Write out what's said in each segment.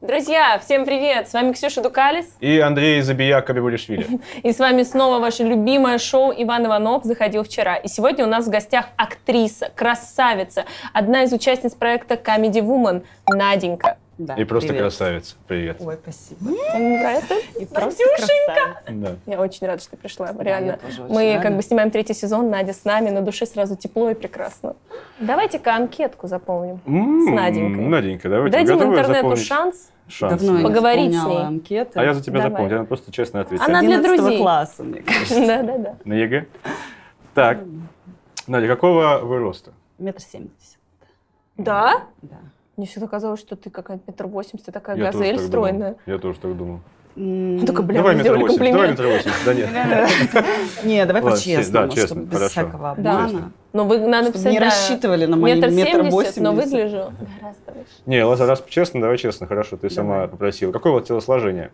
Друзья, всем привет! С вами Ксюша Дукалис. И Андрей Забияка Бибулишвили. И с вами снова ваше любимое шоу «Иван Иванов заходил вчера». И сегодня у нас в гостях актриса, красавица, одна из участниц проекта Comedy Woman Наденька. Да, И просто привет. красавица. Привет. Ой, спасибо. Это И просто Надюшенька! красавица. Да. Я очень рада, что ты пришла, Да, реально. я тоже очень Мы рада. как бы снимаем третий сезон, Надя с нами, на душе сразу тепло и прекрасно. Давайте-ка анкетку заполним. М, Наденькой. М-м, Наденька, давайте. Дадим готовы интернету заполнить шанс. шанс? Давно я не Поговорить с заполняла ней. анкеты. А я за тебя Давай. запомнил, я вам просто честно ответил. Она для 11 друзей. класса, мне кажется. Да-да-да. На ЕГЭ? Так. Надя, какого вы роста? Метр семьдесят. Да? Да. Мне всегда казалось, что ты какая-то метр восемьдесят, ты такая Я тоже газель так думал. стройная. Я тоже так думал. Ну, Только, бля, давай мне метр сделали восемьдесят, давай комплимент. метр восемьдесят. Да нет. Не, давай Ладно, по-честному, да, честно, чтобы без хорошо. всякого Честно. обмана. Но вы надо Чтобы написать, не да, рассчитывали на мои метр метр семьдесят, восемьдесят. но выгляжу гораздо выше. Не, раз, раз честно, давай честно, хорошо, ты сама Давай. попросила. Какое у вас телосложение?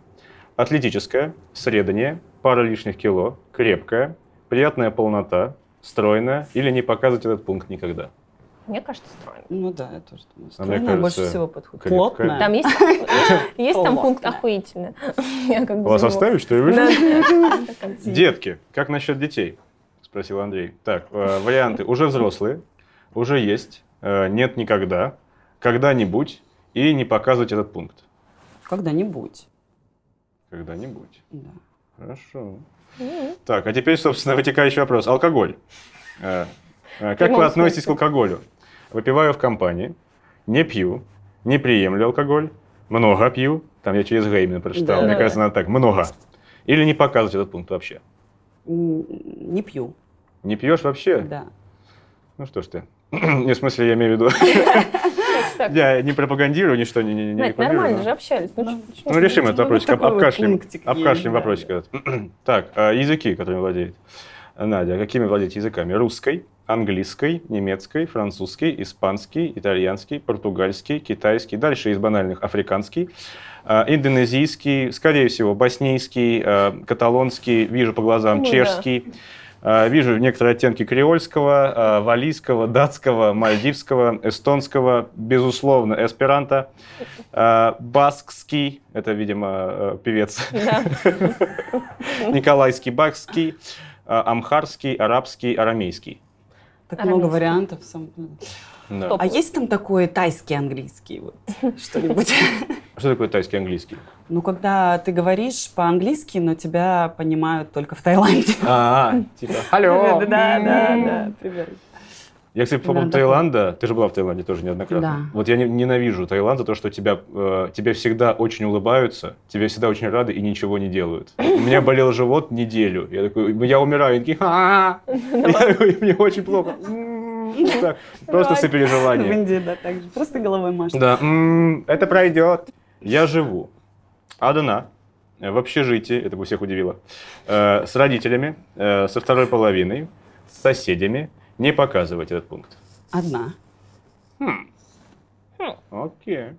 Атлетическое, среднее, пара лишних кило, крепкое, приятная полнота, стройная или не показывать этот пункт никогда? Мне кажется, стройно. Ну да, я тоже думаю. А мне Стройная больше кажется, всего подходит. крепкая. Плотная. Там есть, есть там Полно. пункт охуительно. Я как бы Вас забыла. оставить, что ли? вы? Да, да, да. Детки, как насчет детей? Спросил Андрей. Так, э, варианты. Уже взрослые, уже есть, э, нет никогда, когда-нибудь и не показывать этот пункт. Когда-нибудь. Когда-нибудь. Да. Хорошо. М. Так, а теперь, собственно, вытекающий вопрос. Алкоголь. Э, э, Как Прямом вы относитесь к смысле. алкоголю? Выпиваю в компании, не пью, не приемлю алкоголь, много пью. Там я через Геймин прочитал. Да. Мне кажется, надо так, много. Или не показывать этот пункт вообще. М, Не пью. Не пьешь вообще? Да. Ну что ж ты. Не, в смысле, я имею в виду. Так, Я не пропагандирую, ничто не, не, не Надь, рекламирую. нормально но- же общались. Ну, чё- чё Ну, решим этот Ну, вопросик, об- такой вот обкашлим. пунктик есть, Обкашлим да. вопросик этот. Так, а языки, которыми владеет Надя. Какими владеет языками? Русской, английской, немецкой, французской, испанский, итальянский, португальский, китайский. Дальше из банальных африканский, а, индонезийский, скорее всего, боснийский, а, каталонский, вижу по глазам, Ну, да. чешский. А, Вижу некоторые оттенки креольского, а, валийского, датского, мальдивского, эстонского, безусловно, эсперанто, а, баскский, это, видимо, э, певец, Да. николайский баскский, а, амхарский, арабский, арамейский. Так Арамейский. много вариантов. сам- Да. Топ. А есть там такой тайский английский? Вот, что-нибудь? Что такое тайский английский? Ну, когда ты говоришь по-английски, но тебя понимают только в Таиланде. А, типа, алло. Да, да, да, примерно. Я, кстати, по поводу Надо Таиланда, ты же была в Таиланде тоже неоднократно. Да. Вот я не- ненавижу Таиланд за то, что тебя, э, тебе всегда очень улыбаются, тебе всегда очень рады и ничего не делают. У меня болел живот неделю. Я такой, я умираю, они такие, «А-а-а». Я такой, мне очень плохо. М, так, Давай. Просто В сопереживание. Индии, да, так же. Просто головой машешь. Да, м, это пройдет. Я живу одна э, в общежитии, это бы всех удивило, э, с родителями, э, со второй половиной, с соседями. Не показывать этот пункт. Одна. Хм. Окей.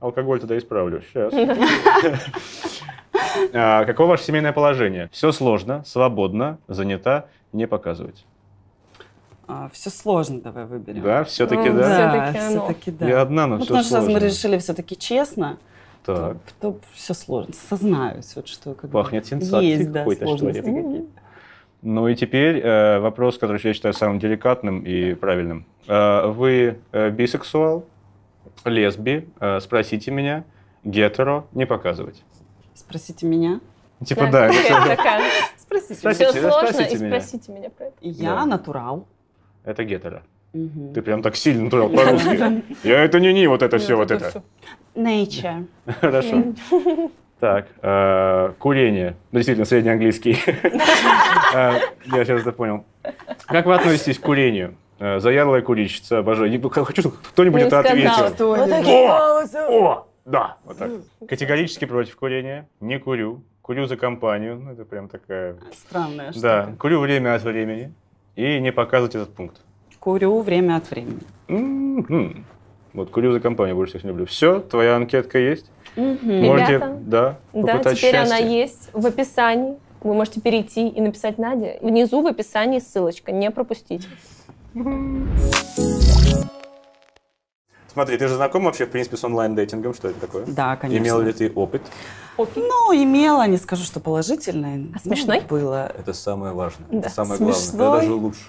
Алкоголь тогда исправлю. Сейчас. А, Каково ваше семейное положение? Все сложно, свободно, занята, не показывать. все А, сложно, давай выберем. Да, все-таки, Ну, да? Да, Всё-таки оно. все-таки да. Я одна, но Ну, все потому что раз мы сложно. решили все-таки честно, Так, то, все сложно. Сознаюсь, вот что как бы пахнет сенсацией Есть, да, какой-то, что ли. сложности. М-м-м. Ну и теперь э, вопрос, который я считаю самым деликатным и правильным. Э, Вы э, бисексуал, лесби, э, спросите меня, гетеро, не показывать. Спросите меня. Типа да, это всё- Спросите. Спросите. Все меня. да, сложно, и спросите меня. спросите меня про это. Я Да. натурал. это гетеро. Мгм. Ты прям так сильно натурал по-русски. Я это не-не, вот это все, вот это. всё. Nature. Хорошо. Так, э, курение. Ну, действительно, среднеанглийский. Э, Я сейчас это понял. Как вы относитесь к курению? Э, Заядлая курильщица, обожаю. Не- ну, Хочу, чтобы кто-нибудь Не это сказала. ответил. Кто Вот это? такие О, да, вот так. Категорически против курения. Не курю. Курю за компанию. Ну, это прям такая... Странная Да, штука. курю время от времени. И не показывать этот пункт. Курю время от времени. М-м. Вот курю за компанию больше всех не люблю. Все, твоя анкетка есть. Мгм. Ребята, Можете, да, Да, попытать теперь она счастье. есть в описании вы можете перейти и написать Наде. Внизу в описании ссылочка, не пропустите. Ну, Смотри, ты же знаком вообще, в принципе, с онлайн-дейтингом? Что это такое? Да, конечно. Имел ли ты опыт? Окей. Ну, имела, не скажу, что положительное. А смешной? Ну, было. Это самое важное. Да. Это самое Смешной. главное. Это даже лучше.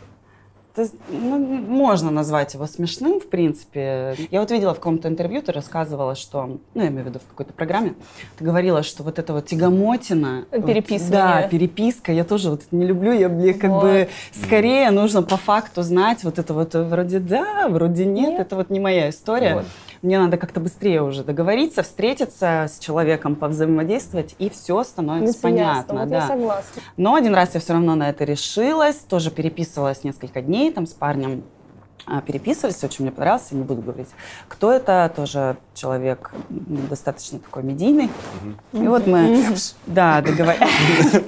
Ты з- ну, можно назвать его смешным, в принципе. Я вот видела в каком-то интервью, ты рассказывала, что, ну, я имею в виду в какой-то программе, ты говорила, что вот эта вот тягомотина. вот, Переписывание. да, переписка, я тоже вот это не люблю, я, мне как Вот. бы скорее нужно по факту знать вот это вот э, вроде да, вроде нет, Нет. это вот не моя история. Вот. Мне надо как-то быстрее уже договориться, встретиться с человеком, повзаимодействовать, и все становится Становится понятно. ясно, вот да. я согласна. Но один раз я все равно на это решилась, тоже переписывалась несколько дней там с парнем. а, Переписывались, очень мне понравился, не буду говорить, кто это, тоже человек м, достаточно такой медийный. И вот мы, да, договорились.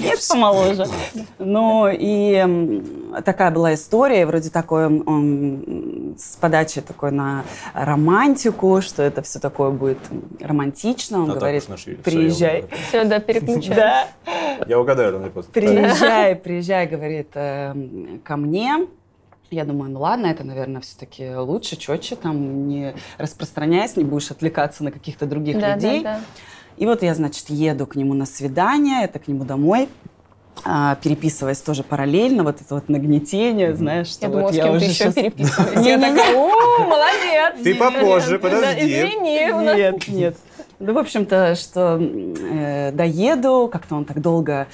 Нет, помоложе. Ну и м, такая была история, вроде такой м, м, с подачи такой на романтику, что это все такое будет м, романтично. Он А так говорит, уж нашли, всё, я приезжай. угадаю. Все, да, переключаем. Да, Я угадаю рано или поздно. приезжай, приезжай, говорит, эм, ко мне. Я думаю, ну ладно, это, наверное, все-таки лучше, четче, там не распространяясь, не будешь отвлекаться на каких-то других Да, да, людей. да. И вот я, значит, еду к нему на свидание, это к нему домой, а, переписываясь тоже параллельно, вот это вот нагнетение, знаешь, что Я вот думала, с я кем уже ты еще щас- переписываешься. Я Не-не-не. такая, о, молодец. Ты попозже, подожди. Да, Извини, у нас Нет, нет. Ну, в общем-то, что м, э, доеду, как-то он так долго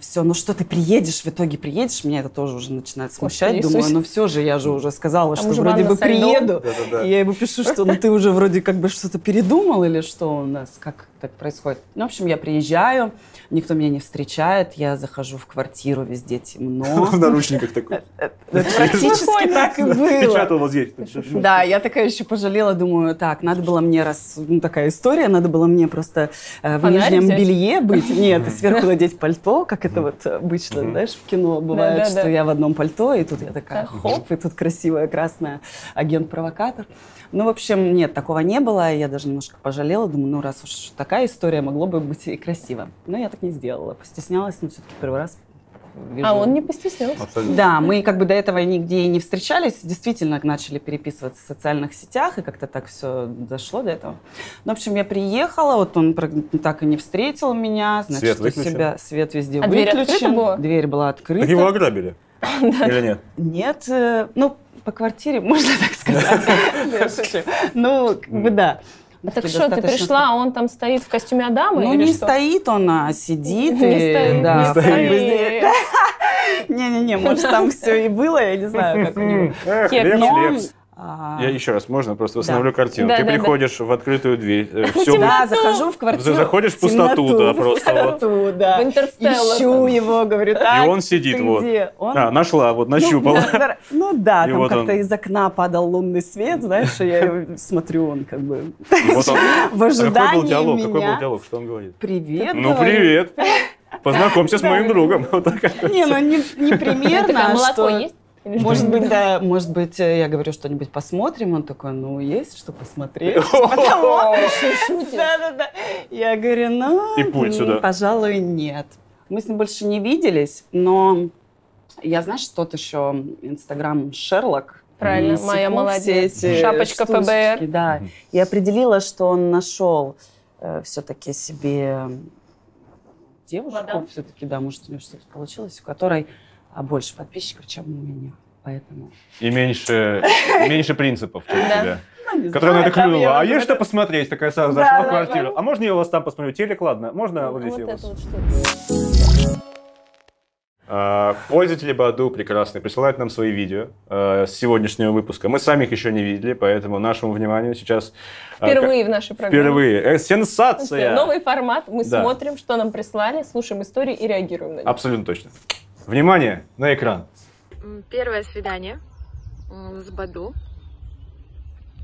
все, ну что ты приедешь, в итоге приедешь, меня это тоже уже начинает смущать. Иисус. Думаю, ну все же, я же уже сказала, Там что уже вроде ванна бы со льдом. приеду. Да-да-да. И я ему пишу, что ну ты уже вроде как бы что-то передумал или что у нас, как так происходит. Ну, в общем, я приезжаю, никто меня не встречает, я захожу в квартиру, везде темно. В наручниках такой. Это Э, Практически так и было. Печатал вот здесь. Да, я такая еще пожалела, думаю, так, надо было мне, раз ну, такая история, надо было мне просто э, в Фонарь нижнем взять? белье быть, нет, и сверху надеть пальто, как это вот обычно, Мгм. знаешь, в кино бывает, Да-да-да. что я в одном пальто, и тут я такая, Да. хоп, и тут красивая красная агент-провокатор. Ну, в общем, нет, такого не было, я даже немножко пожалела, думаю, ну, раз уж такая история, могло бы быть и красиво. Но я так не сделала, постеснялась, но все-таки первый раз вижу. А он не постеснялся. Абсолютно. Да, мы как бы до этого нигде и не встречались, действительно начали переписываться в социальных сетях, и как-то так все дошло до этого. Ну, в общем, я приехала, вот он про- так и не встретил меня, значит, Свет у выключен? себя свет везде А дверь выключен. открыта была? Дверь была открыта. Так его ограбили? Или нет? Нет, э, ну, по квартире, можно так сказать. Я шучу. Ну, как бы да. А Ну, Так такие что, ты достаточно пришла, а он там стоит в костюме Адама? ну, или не что? стоит он, а сидит. Не и, стоит, да, не как бы стоит. здесь- Не-не-не, может, там все и было, я не знаю, как у него. Эх, Кек, Лепс, Но, Лепс. а, Я еще раз, можно, просто Да. восстановлю картину. Да, Ты да, да. приходишь в открытую дверь, э, все Да, захожу в квартиру. заходишь в пустоту, да, просто вот. пустоту, да. В «Интерстеллар». Ищу его, говорю, так, он сидит ты вот. где?» Он- А, нашла, вот, Ну, нащупала. да, ну да, И там вот как-то он. из окна падал лунный свет, знаешь, и я его смотрю, он как бы И вот он. в А Какой был ожидании диалог? меня. Какой был диалог? Что он говорит? Привет, Ну, говорю. привет. Познакомься с моим другом. Вот так. Не, ну не, не Я примерно, такая, а молоко что... есть? Или что? Может быть, да, может быть, э, я говорю что-нибудь посмотрим, он такой, ну, есть что посмотреть. Типа того. Да-да-да. Я говорю, ну, И пульт м, сюда. пожалуй, нет. Мы с ним больше не виделись, но я, знаешь, тот еще Инстаграм Шерлок. Правильно, Секу моя все молодец. эти Шапочка штучечки, ФБР. Да, Мгм. и определила, что он нашел все-таки себе девушку, Мадам. все-таки, да, может, у нее что-то получилось, у которой а, больше подписчиков, чем у меня. Поэтому... И меньше, меньше принципов, чем у Да. тебя. Ну, не Которая знаю, она там я клюнула. А уже есть что это- посмотреть? Такая сразу Да, зашла в да, Ну, квартиру. А можно я у вас там посмотрю? Телек, ладно. Можно вот здесь я у это вас? вот штука. А, Пользователи Баду прекрасные присылают нам свои видео э, с сегодняшнего выпуска. Мы сами их еще не видели, поэтому нашему вниманию сейчас... а, ка- Впервые в нашей программе. Впервые. Э, Слушайте, Сенсация! Новый формат. Мы Да. А смотрим, что нам прислали, слушаем истории и реагируем на них. Абсолютно точно. Внимание на экран. М, Первое свидание м, с Баду.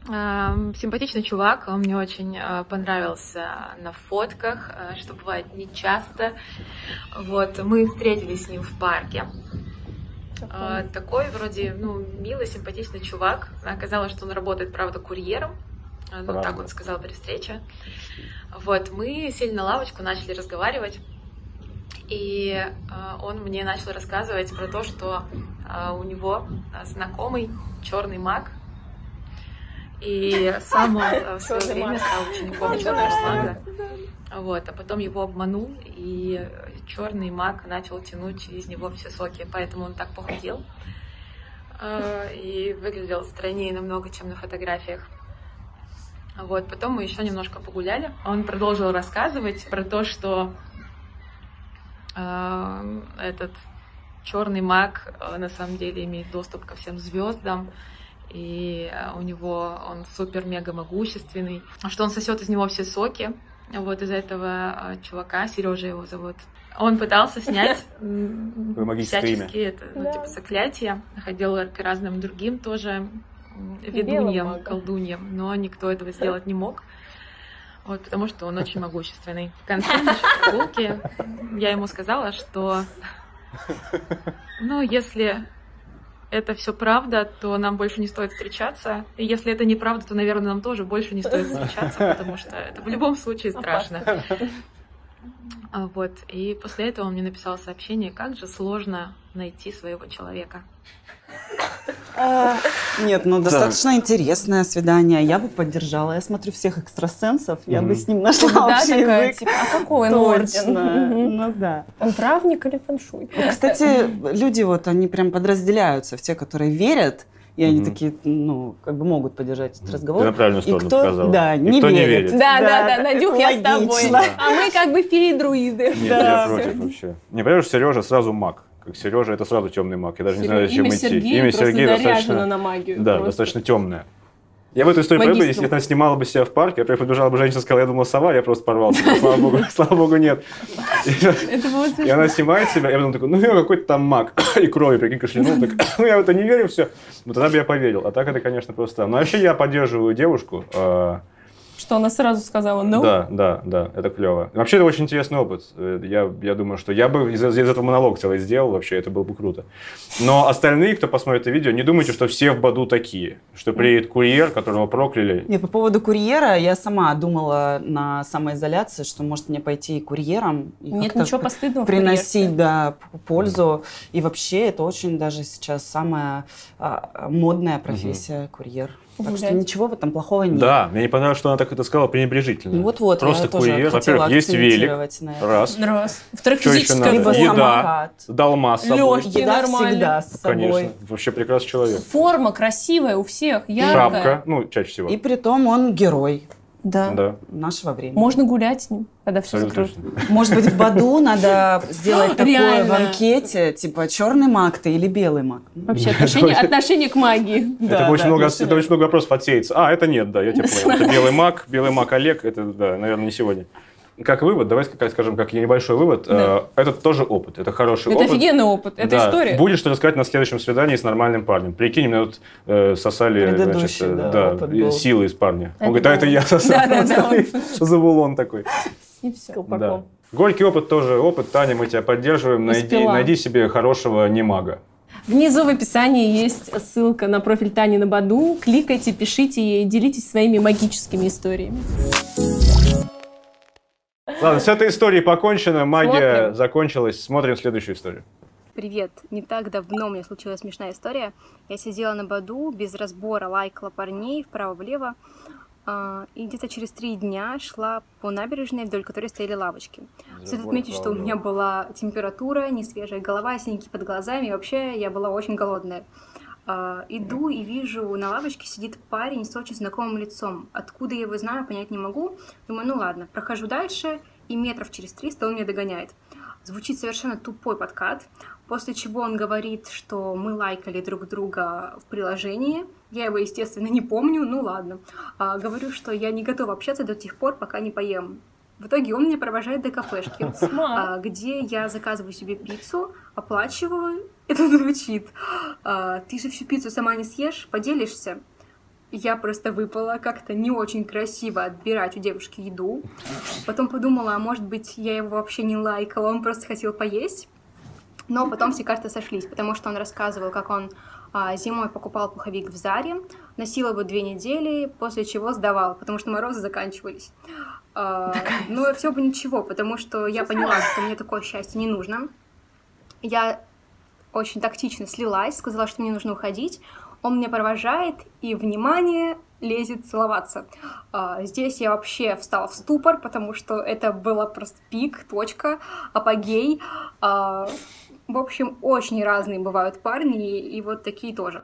Эм, Симпатичный чувак, он мне очень э, понравился на фотках, э, что бывает нечасто. Вот, мы встретились с ним в парке. А, Э, Такой вроде, ну, милый, симпатичный чувак. Оказалось, что он работает, правда, курьером. Э, Ну, так Правда. он сказал при встрече. Вот, мы сели на лавочку, начали разговаривать. И э, он мне начал рассказывать про то, что э, у него э, знакомый черный маг, и сам он э, в свое Чёрный время маг. стал учеником черного мага. Вот, а потом его обманул, и черный маг начал тянуть из него все соки, поэтому он так похудел э, и выглядел страннее намного, чем на фотографиях. Вот, потом мы еще немножко погуляли. Он продолжил рассказывать про то, что э, этот черный маг э, на самом деле имеет доступ ко всем звездам, и э, у него он супер-мега могущественный, что он сосет из него все соки. Вот из этого э, чувака, Сережа его зовут, он пытался снять м, Твое магическое всяческие это, ну, Да. типа заклятия, ходил к разным другим тоже м, Белым ведуньям, магом. колдуньям, но никто этого сделать не мог. Вот, потому что он очень могущественный. В конце нашей прогулки я ему сказала, что ну, если это все правда, то нам больше не стоит встречаться. И если это неправда, то, наверное, нам тоже больше не стоит встречаться, потому что это в любом случае страшно. А, Вот. И после этого он мне написал сообщение, как же сложно найти своего человека. а. Нет, ну достаточно интересное свидание. Я бы поддержала. Я смотрю всех экстрасенсов. Я бы Мгм. с ним нашла Да, общий такая, язык. типа, а какой он Точно. орден? Мгм. Ну да. Он травник или фэншуй? Кстати, люди вот, они прям подразделяются в те, которые верят, и они Мгм. такие, ну, как бы могут поддержать этот Ты на разговор. правильную сторону кто- показала. да, И не кто не верит. верит. Да, да, да, да, Надюх, я с тобой. логично. А мы как бы филидруиды. Нет, Да. я против вообще. Не, понимаешь, Сережа сразу маг. Как Сережа, это сразу темный маг. Я даже не Серё- знаю, зачем имя идти. Сергея имя просто Сергея заряжено достаточно... на магию. Да, просто. достаточно темное. Я в эту историю Магистру. поверил, если бы она снимала бы себя в парке, я бы подбежала бы женщина, сказала, я думала сова, я просто порвался. Слава богу, слава богу, нет. Это было И она снимает себя, и потом такой, ну я какой-то там маг. И кровью, прикинь, кашлянул, так, ну я в это не верю, все. Вот тогда бы я поверил. А так это, конечно, просто... Но вообще я поддерживаю девушку. э, Что она сразу сказала, ну? Да, да, да, это клево. Вообще, это очень интересный опыт. Э, Я, я думаю, что я бы из, из этого монолог целый сделал вообще, это было бы круто. Но остальные, кто посмотрит это видео, не думайте, что все в Баду такие. Что приедет курьер, которого прокляли. Нет, по поводу курьера, я сама думала на самоизоляции, что может мне пойти и курьером. и Нет как-то ничего постыдного в карьерке. приносить, да, п- пользу. И вообще это очень даже сейчас самая а, модная профессия курьер. Так что Гулять. ничего в этом плохого нет. Да, мне не понравилось, что она так это сказала пренебрежительно. Ну вот-вот, Просто я тоже курьер. хотела Во-первых, есть велик. акцентировать на этом. Раз. Ну, Раз. Во-вторых, Чё ещё физическая надо? Либо форма. Еда. самокат. Долма с собой. Лёгкий. Еда нормально. всегда с собой. Конечно. Вообще прекрасный человек. Форма красивая у всех, яркая. Шапка. Ну, чаще всего. И притом он герой Да. Да, нашего времени. Можно гулять с ним, когда все абсолютно закрыто. точно. Может быть, в Баду надо сделать такое в Реально. анкете, типа черный маг ты или белый маг. Ну, Вообще отношение, отношение к магии. это, Да, очень да, ну, много, конечно, это очень много вопросов отсеется. А, это нет, да, я тебя понял. Это белый маг, белый маг Олег, это, да, наверное, не сегодня. Как вывод, давай как- скажем, как небольшой вывод, Да. э, это тоже опыт, это хороший Это опыт. офигенный опыт, это Да. история. Будешь что рассказать на следующем свидании с нормальным парнем. Прикинь, меня тут э, сосали Предыдущий, значит, э, да, да, опыт и был. силы из парня. Это Он говорит, а это было. я сосал. Да, да, да, он- Завулон такой. И все. Да. Горький опыт тоже опыт. Таня, мы тебя поддерживаем. Найди, Успела. найди себе хорошего немага. Внизу в описании есть ссылка на профиль Тани на Баду. Кликайте, пишите ей, делитесь своими магическими историями. Ладно, с этой историей покончено. Магия Смотрим. закончилась. Смотрим следующую историю. Привет! Не так давно у меня случилась смешная история. Я сидела на Баду, без разбора лайкала парней вправо-влево, а, и где-то через три дня шла по набережной, вдоль которой стояли лавочки. Стоит отметить, что у меня была температура, несвежая голова, синяки под глазами, и вообще я была очень голодная. А, Иду и вижу, на лавочке сидит парень с очень знакомым лицом. Откуда я его знаю, понять не могу. Думаю, ну ладно, прохожу дальше, и метров через 300 он меня догоняет. Звучит совершенно тупой подкат, после чего он говорит, что мы лайкали друг друга в приложении. Я его, естественно, не помню, ну ладно. А, говорю, что я не готова общаться до тех пор, пока не поем. В итоге он меня провожает до кафешки. Смарт. А, где я заказываю себе пиццу, оплачиваю, это звучит. а, Ты же всю пиццу сама не съешь, поделишься. Я просто выпала как-то не очень красиво отбирать у девушки еду. Потом подумала, а может быть, я его вообще не лайкала, он просто хотел поесть. Но потом все карты сошлись, потому что он рассказывал, как он а, зимой покупал пуховик в Заре, носил его две недели, после чего сдавал, потому что морозы заканчивались. А, А, ну, все бы ничего, потому что я поняла, что мне такое счастье не нужно. Я очень тактично слилась, сказала, что мне нужно уходить. Он меня провожает, и, внимание, лезет целоваться. А, здесь я вообще встала в ступор, потому что это было просто пик, точка, апогей. А, в общем, очень разные бывают парни, и, и вот такие тоже.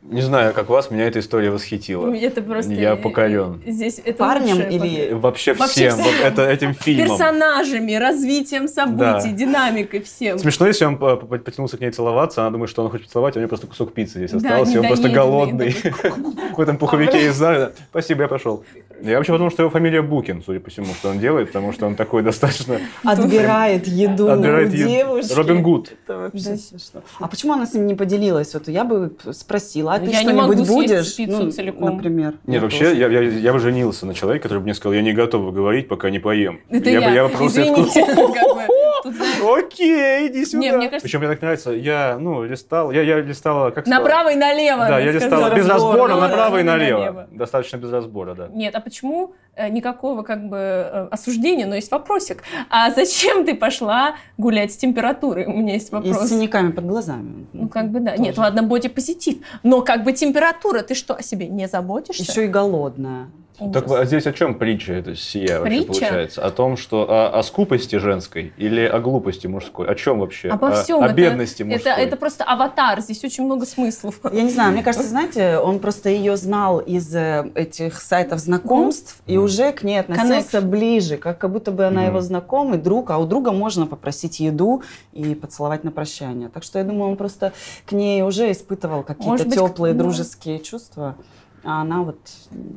Не знаю, как вас, меня эта история восхитила. Это просто... Я покорен. Здесь это Парнем лучшее или- Вообще Вообще всем, всем. вот это, этим фильмом. персонажами, развитием событий, Да. динамикой всем. Смешно, если он по- по- потянулся к ней целоваться, она думает, что он хочет поцеловать, а у него просто кусок пиццы здесь Да, остался, и он просто недоеденный, голодный. В этом пуховике из Зара. Спасибо, я пошел. Я вообще подумал, что его фамилия Букин, судя по всему, что он делает, потому что он такой достаточно... Ну, Отбирает еду Отбирает у еду. Ну, девушки. Робин Гуд. Это вообще смешно. А почему она с ним не поделилась? Вот я бы спросила, а ты Я не что-нибудь могу съесть будешь? пиццу Ну, целиком. Например. Нет, Я вообще, тоже. я, я, я бы женился на человеке, который бы мне сказал, я не готова говорить, пока не поем. Это я, Ну я. бы- я бы просто я Извините. такой, как бы, тут, знаешь, Окей, иди сюда. Не, мне кажется- Причем мне так нравится, я, ну, листал, я, я листала, как сказала? Направо и налево. Да, ты я листала сказала. без разбора, направо и налево. налево. Достаточно без разбора, да. Нет, а почему э, никакого как бы э, осуждения, но есть вопросик. А зачем ты пошла гулять с температурой? У меня есть И с вопрос. синяками под глазами. Ну, как бы да. Тоже. Нет, ладно, бодипозитив. Но как бы температура, ты что, о себе не заботишься? Еще и голодная. Ужас. Так а здесь о чем притча это сия вообще Притча? получается? О том, что о, о скупости женской или о глупости мужской? О чем вообще? Обо о, всем. О это- бедности это, мужской. это просто аватар, здесь очень много смыслов. Я не знаю, мне кажется, знаете, он просто ее знал из э, этих сайтов знакомств и Мгм. уже к ней относился Коннект. ближе, как, как будто бы она Мгм. его знакомый друг, а у друга можно попросить еду и поцеловать на прощание. Так что я думаю, он просто к ней уже испытывал какие-то Может быть, теплые да. дружеские чувства, а она вот...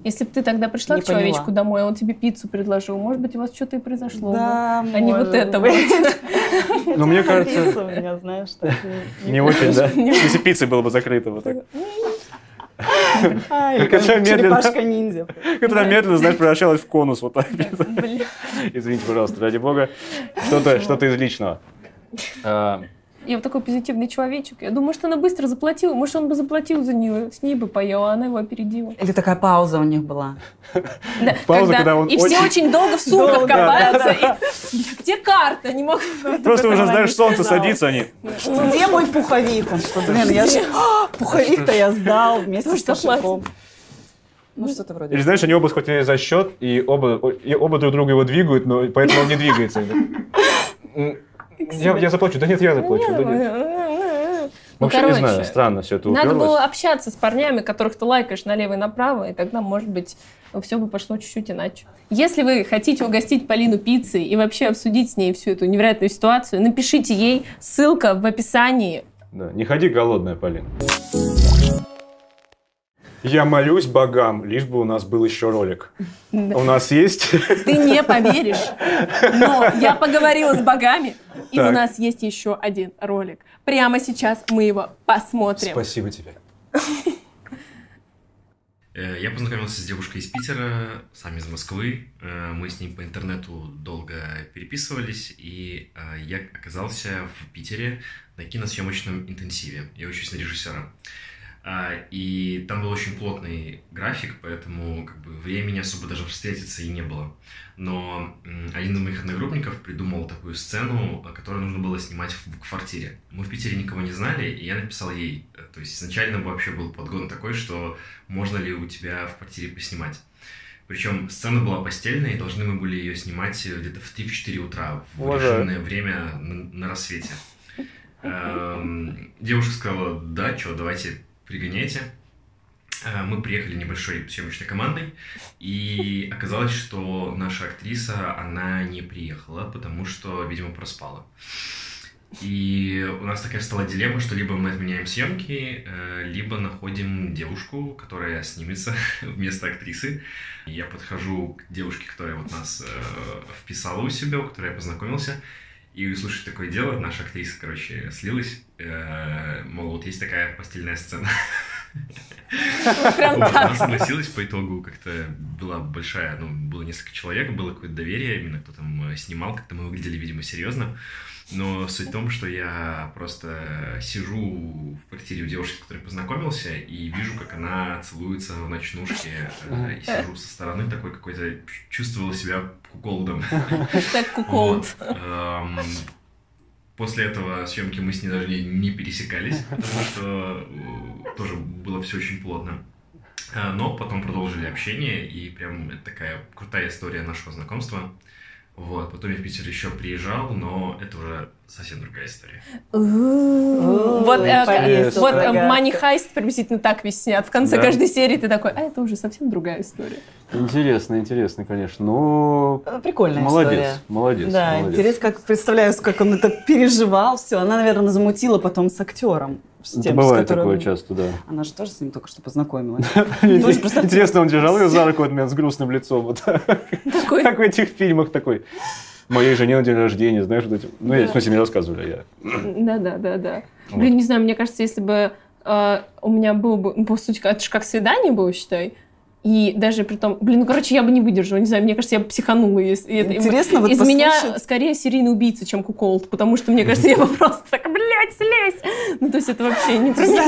Если бы ты тогда пришла Не к человечку поняла. домой, а он тебе пиццу предложил, может быть, у вас что-то и произошло. бы. Да, А не вот может это вот. быть. Ну, мне Хотя кажется- написано у меня, знаешь, так Не очень, да? Ну, Если пиццей было бы закрыто вот так. Ай, Как это как медленно. черепашка-ниндзя. Которая медленно, знаешь, превращалась в конус вот так. Блин. Извините, пожалуйста, ради бога. Что-то что из личного. А, Я вот такой позитивный человечек. Я думаю, может, она быстро заплатила. Может, он бы заплатил за нее, с ней бы поел, а она его опередила. Или такая пауза у них была. Да, Пауза, когда он И все очень- очень долго в сумках Долго, да, копаются. и Где карта? Не могу. Просто уже, знаешь, момент солнце знала. садится, они... Где мой пуховик? Он что, блин, я же... А, Пуховик-то я сдал вместе с Тоже кошельком. Ну, что-то вроде. Или, знаешь, они оба схватили за счет, и оба, и оба друг друга его двигают, но поэтому он не двигается. М, Я, я заплачу. Да нет, я заплачу. да нет. Ну, Ну, Вообще, не знаю, короче, странно все это надо уперлось. было общаться с парнями, которых ты лайкаешь налево и направо, и тогда, может быть, все бы пошло чуть-чуть иначе. Если вы хотите угостить Полину пиццей и вообще обсудить с ней всю эту невероятную ситуацию, напишите ей, ссылка в описании. Да, Не ходи голодная, Полин. Я молюсь богам, лишь бы у нас был еще ролик. Да. У нас есть? Ты не поверишь, но я поговорила с богами, и у Так. нас есть еще один ролик. Прямо сейчас мы его посмотрим. Спасибо тебе. Э, Я познакомился с девушкой из Питера, сам из Москвы. Э, Мы с ней по интернету долго переписывались, и э, я оказался в Питере на киносъемочном интенсиве. Я учусь на режиссера. А, И там был очень плотный график, поэтому как бы, времени особо даже встретиться и не было. Но м, один из моих одногруппников придумал такую сцену, э, которую нужно было снимать в квартире. Мы в Питере никого не знали, и я написал ей. Э, То есть изначально вообще был подгон такой, что можно ли у тебя в квартире поснимать. Причем сцена была постельная, и должны мы были ее снимать э, где-то в 3-4 утра, в Уважаю. режимное время на, на рассвете. Эм, Девушка сказала, да, что, давайте, пригоняйте. Э, Мы приехали небольшой съемочной командой, и оказалось, что наша актриса, она не приехала, потому что, видимо, проспала. И у нас такая стала дилемма, что либо мы отменяем съемки, э, либо находим девушку, которая снимется вместо актрисы. И Я подхожу к девушке, которая вот нас э, вписала у себя, у которой я познакомился, и слушай, такое дело, наша актриса, короче, слилась, э, мол, вот есть такая постельная сцена. Прям Вот, Она так. согласилась по итогу, как-то была большая, ну, было несколько человек, было какое-то доверие, именно кто там э, снимал, как-то мы выглядели, видимо, серьезно. Но суть в том, что я просто сижу в квартире у девушки, с которой познакомился, и вижу, как она целуется в ночнушке, э, и сижу со стороны такой какой-то, чувствовал себя куколдом. Хэштег куколд. Вот. Эм, После этого съемки мы с ней даже не, не пересекались, потому что э, тоже было все очень плотно. А, Но потом продолжили общение, и прям это такая крутая история нашего знакомства. Вот, потом я в Питер еще приезжал, но это уже совсем другая история. Ууу. Вот э, Интересно. вот э, Богатство. Money Heist приблизительно так весь снят. В конце Да. каждой серии ты такой, а это уже совсем другая история. Интересно, интересно, конечно. Но Э, Прикольная история. молодец, молодец. Да, молодец. интересно, как представляю, как он это переживал. Все, она, наверное, замутила потом с актером. С Это тем, с бывает которым- такое часто, да. Она же тоже с ним только что познакомилась. Тоже представьте. Интересно, он держал ее за руку вот меня с грустным лицом, вот так, Такой, как в этих фильмах такой. Моей жене на день рождения, знаешь, вот эти... Ну, я, в смысле, мне рассказывали, я да, да, да, да. Вот. Блин, не знаю, мне кажется, если бы э, у меня был бы, ну, по сути, это же как свидание было, считай. И даже при том, блин, ну, короче, я бы не выдержала, не знаю, мне кажется, я бы психанула. Если, это- Интересно вот Из меня послушать. скорее серийный убийца, чем куколд, потому что, мне кажется, я бы просто так, блядь, слезь! Ну, то есть это вообще не про меня.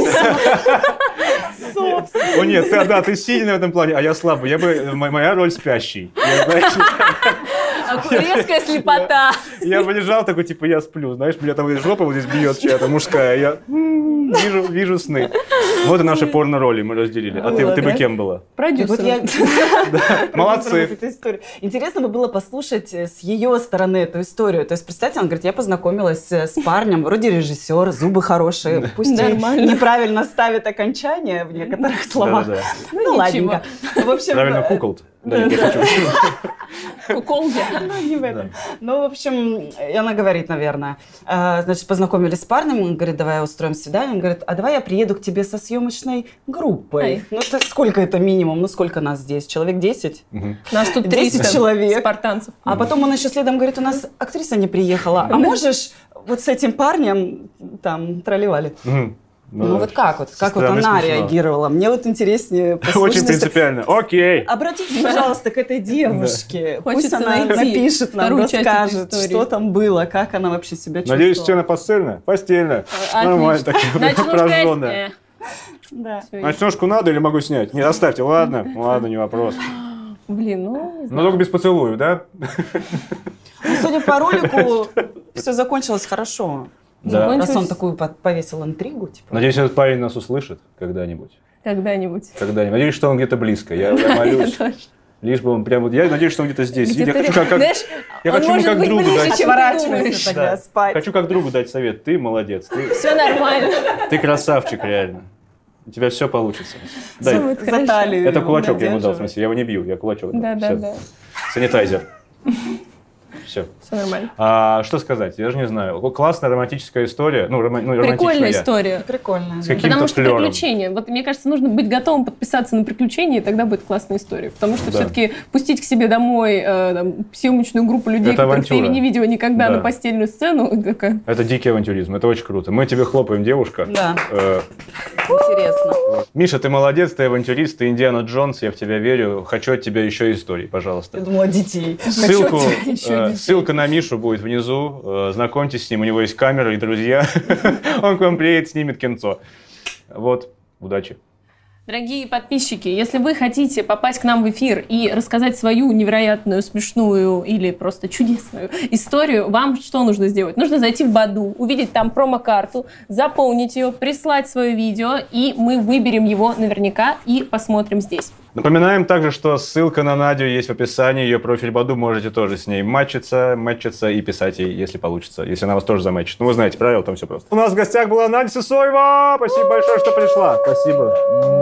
О нет, ты, да, ты сильный в этом плане, а я слабый. Я бы, м- моя роль спящий. Я, знаешь, а Резкая слепота. я бы лежал такой, типа, я сплю. Знаешь, меня там жопа вот здесь бьет чья-то мужская. Я м, вижу, вижу сны. Вот и наши порно-роли мы разделили. А ты, ты бы кем была? Так вот Продюсер. я- Молодцы. Вот эту историю. Интересно бы было послушать э, с ее стороны эту историю. То есть, представьте, она говорит, я познакомилась э, с парнем, вроде режиссер, зубы хорошие, пусть и Нормально. неправильно ставит окончание в некоторых словах. Да-да-да. Ну, ничего. ладненько. В общем, Правильно, э, кукол Да, да, нет, я хочу. Куколд. Ну, не в этом. Да. Ну, в общем, и она говорит, наверное, э, значит, познакомились с парнем, он говорит, давай устроим свидание. Он говорит, а давай я приеду к тебе со съемочной группой. Ай. Ну, это сколько это минимум? Ну, сколько нас здесь? Человек 10? Мгм. Нас тут 10 300 человек. спартанцев. А потом он еще следом говорит, у нас актриса не приехала, а можешь вот с этим парнем там тролливали? Мгм. Ну, да. вот как вот, Со как вот стороны она смешно. реагировала? Мне вот интереснее послушать, Очень что- принципиально. А Окей. Обратитесь, пожалуйста, к этой девушке. Пусть Хочется она найти напишет нам, вторую часть этой расскажет, истории. что там было, как она вообще себя Надеюсь, чувствовала. сцена постельная? Постельная. А, Отлично. Нормально, такая Ночнушка, прожженная. э, Да. всё, я- Ночнушку надо или могу снять? Не, оставьте, ладно, ладно, не вопрос. Блин, ну, не Но знаю. только без поцелуев, да? Ну, судя по ролику, все закончилось хорошо. Да. Ну, Раз он Закончилось. такую по- повесил интригу, типа. Надеюсь, этот парень нас услышит когда-нибудь. когда-нибудь. Когда-нибудь. Надеюсь, что он где-то близко. Я, я Я молюсь. тоже. Лишь бы он прям... вот- Я надеюсь, что он где-то здесь. Где я ты- хочу как, как- знаешь, я он хочу ему может как быть другу ближе, дать. чем ты Отворачивайся думаешь. тогда Да. спать. Хочу как другу дать совет. Ты молодец. Ты, Все нормально. ты красавчик, реально. У тебя все получится. Дай. Всё будет За хорошо. талию Это кулачок я ему дал, в надерживай. смысле. Я его не бью, я кулачок дал. Да, да, Всё. да. Санитайзер. Все. Все нормально. что сказать? Я же не знаю. Классная романтическая история. Ну, рома- ну, Прикольная романтичная. история. Прикольно. С да. каким-то Потому что флёром. приключения. Вот мне кажется, нужно быть готовым подписаться на приключения, и тогда будет классная история. Потому что Да. все-таки пустить к себе домой э, там, съемочную группу людей, Это которых ты авантюра. не видела никогда Да. на постельную сцену, и такая, Это дикий авантюризм. Это очень круто. Мы тебе хлопаем, девушка. Да, Э, интересно. Миша, ты молодец, ты авантюрист, ты Индиана Джонс, я в тебя верю. Хочу от тебя еще истории, Я пожалуйста. думала, детей. Ссылку, от тебя еще э, детей. ссылка на Мишу будет внизу. Э, Знакомьтесь с ним, у него есть камера и друзья. Он к вам приедет, снимет кинцо. Вот, удачи. Дорогие подписчики, если вы хотите попасть к нам в эфир и рассказать свою невероятную, смешную или просто чудесную историю, вам что нужно сделать? Нужно зайти в Баду, увидеть там промокарту, заполнить ее, прислать свое видео, и мы выберем его наверняка и посмотрим здесь. Напоминаем также, что ссылка на Надю есть в описании, ее профиль Баду, можете тоже с ней матчиться, матчиться и писать ей, если получится, если она вас тоже заматчит. Ну, вы знаете, правила там все просто. У нас в гостях была Надя Сысоева, спасибо большое, что пришла. Спасибо.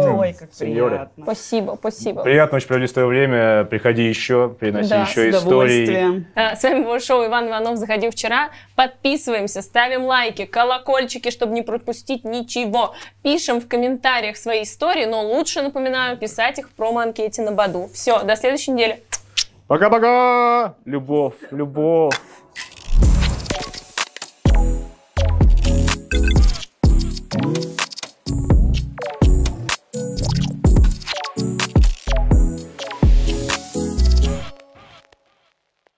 М, Ой, как сеньоры. приятно. Спасибо, спасибо. Приятно очень провести твое время, приходи еще, приноси Да, еще С истории. удовольствием. А, С вами было шоу Иван Иванов «Заходил вчера». Подписываемся, ставим лайки, колокольчики, чтобы не пропустить ничего. Пишем в комментариях свои истории, но лучше, напоминаю, писать их в промо-анкете на Баду. Все, до следующей недели. Пока-пока! Любовь, любовь.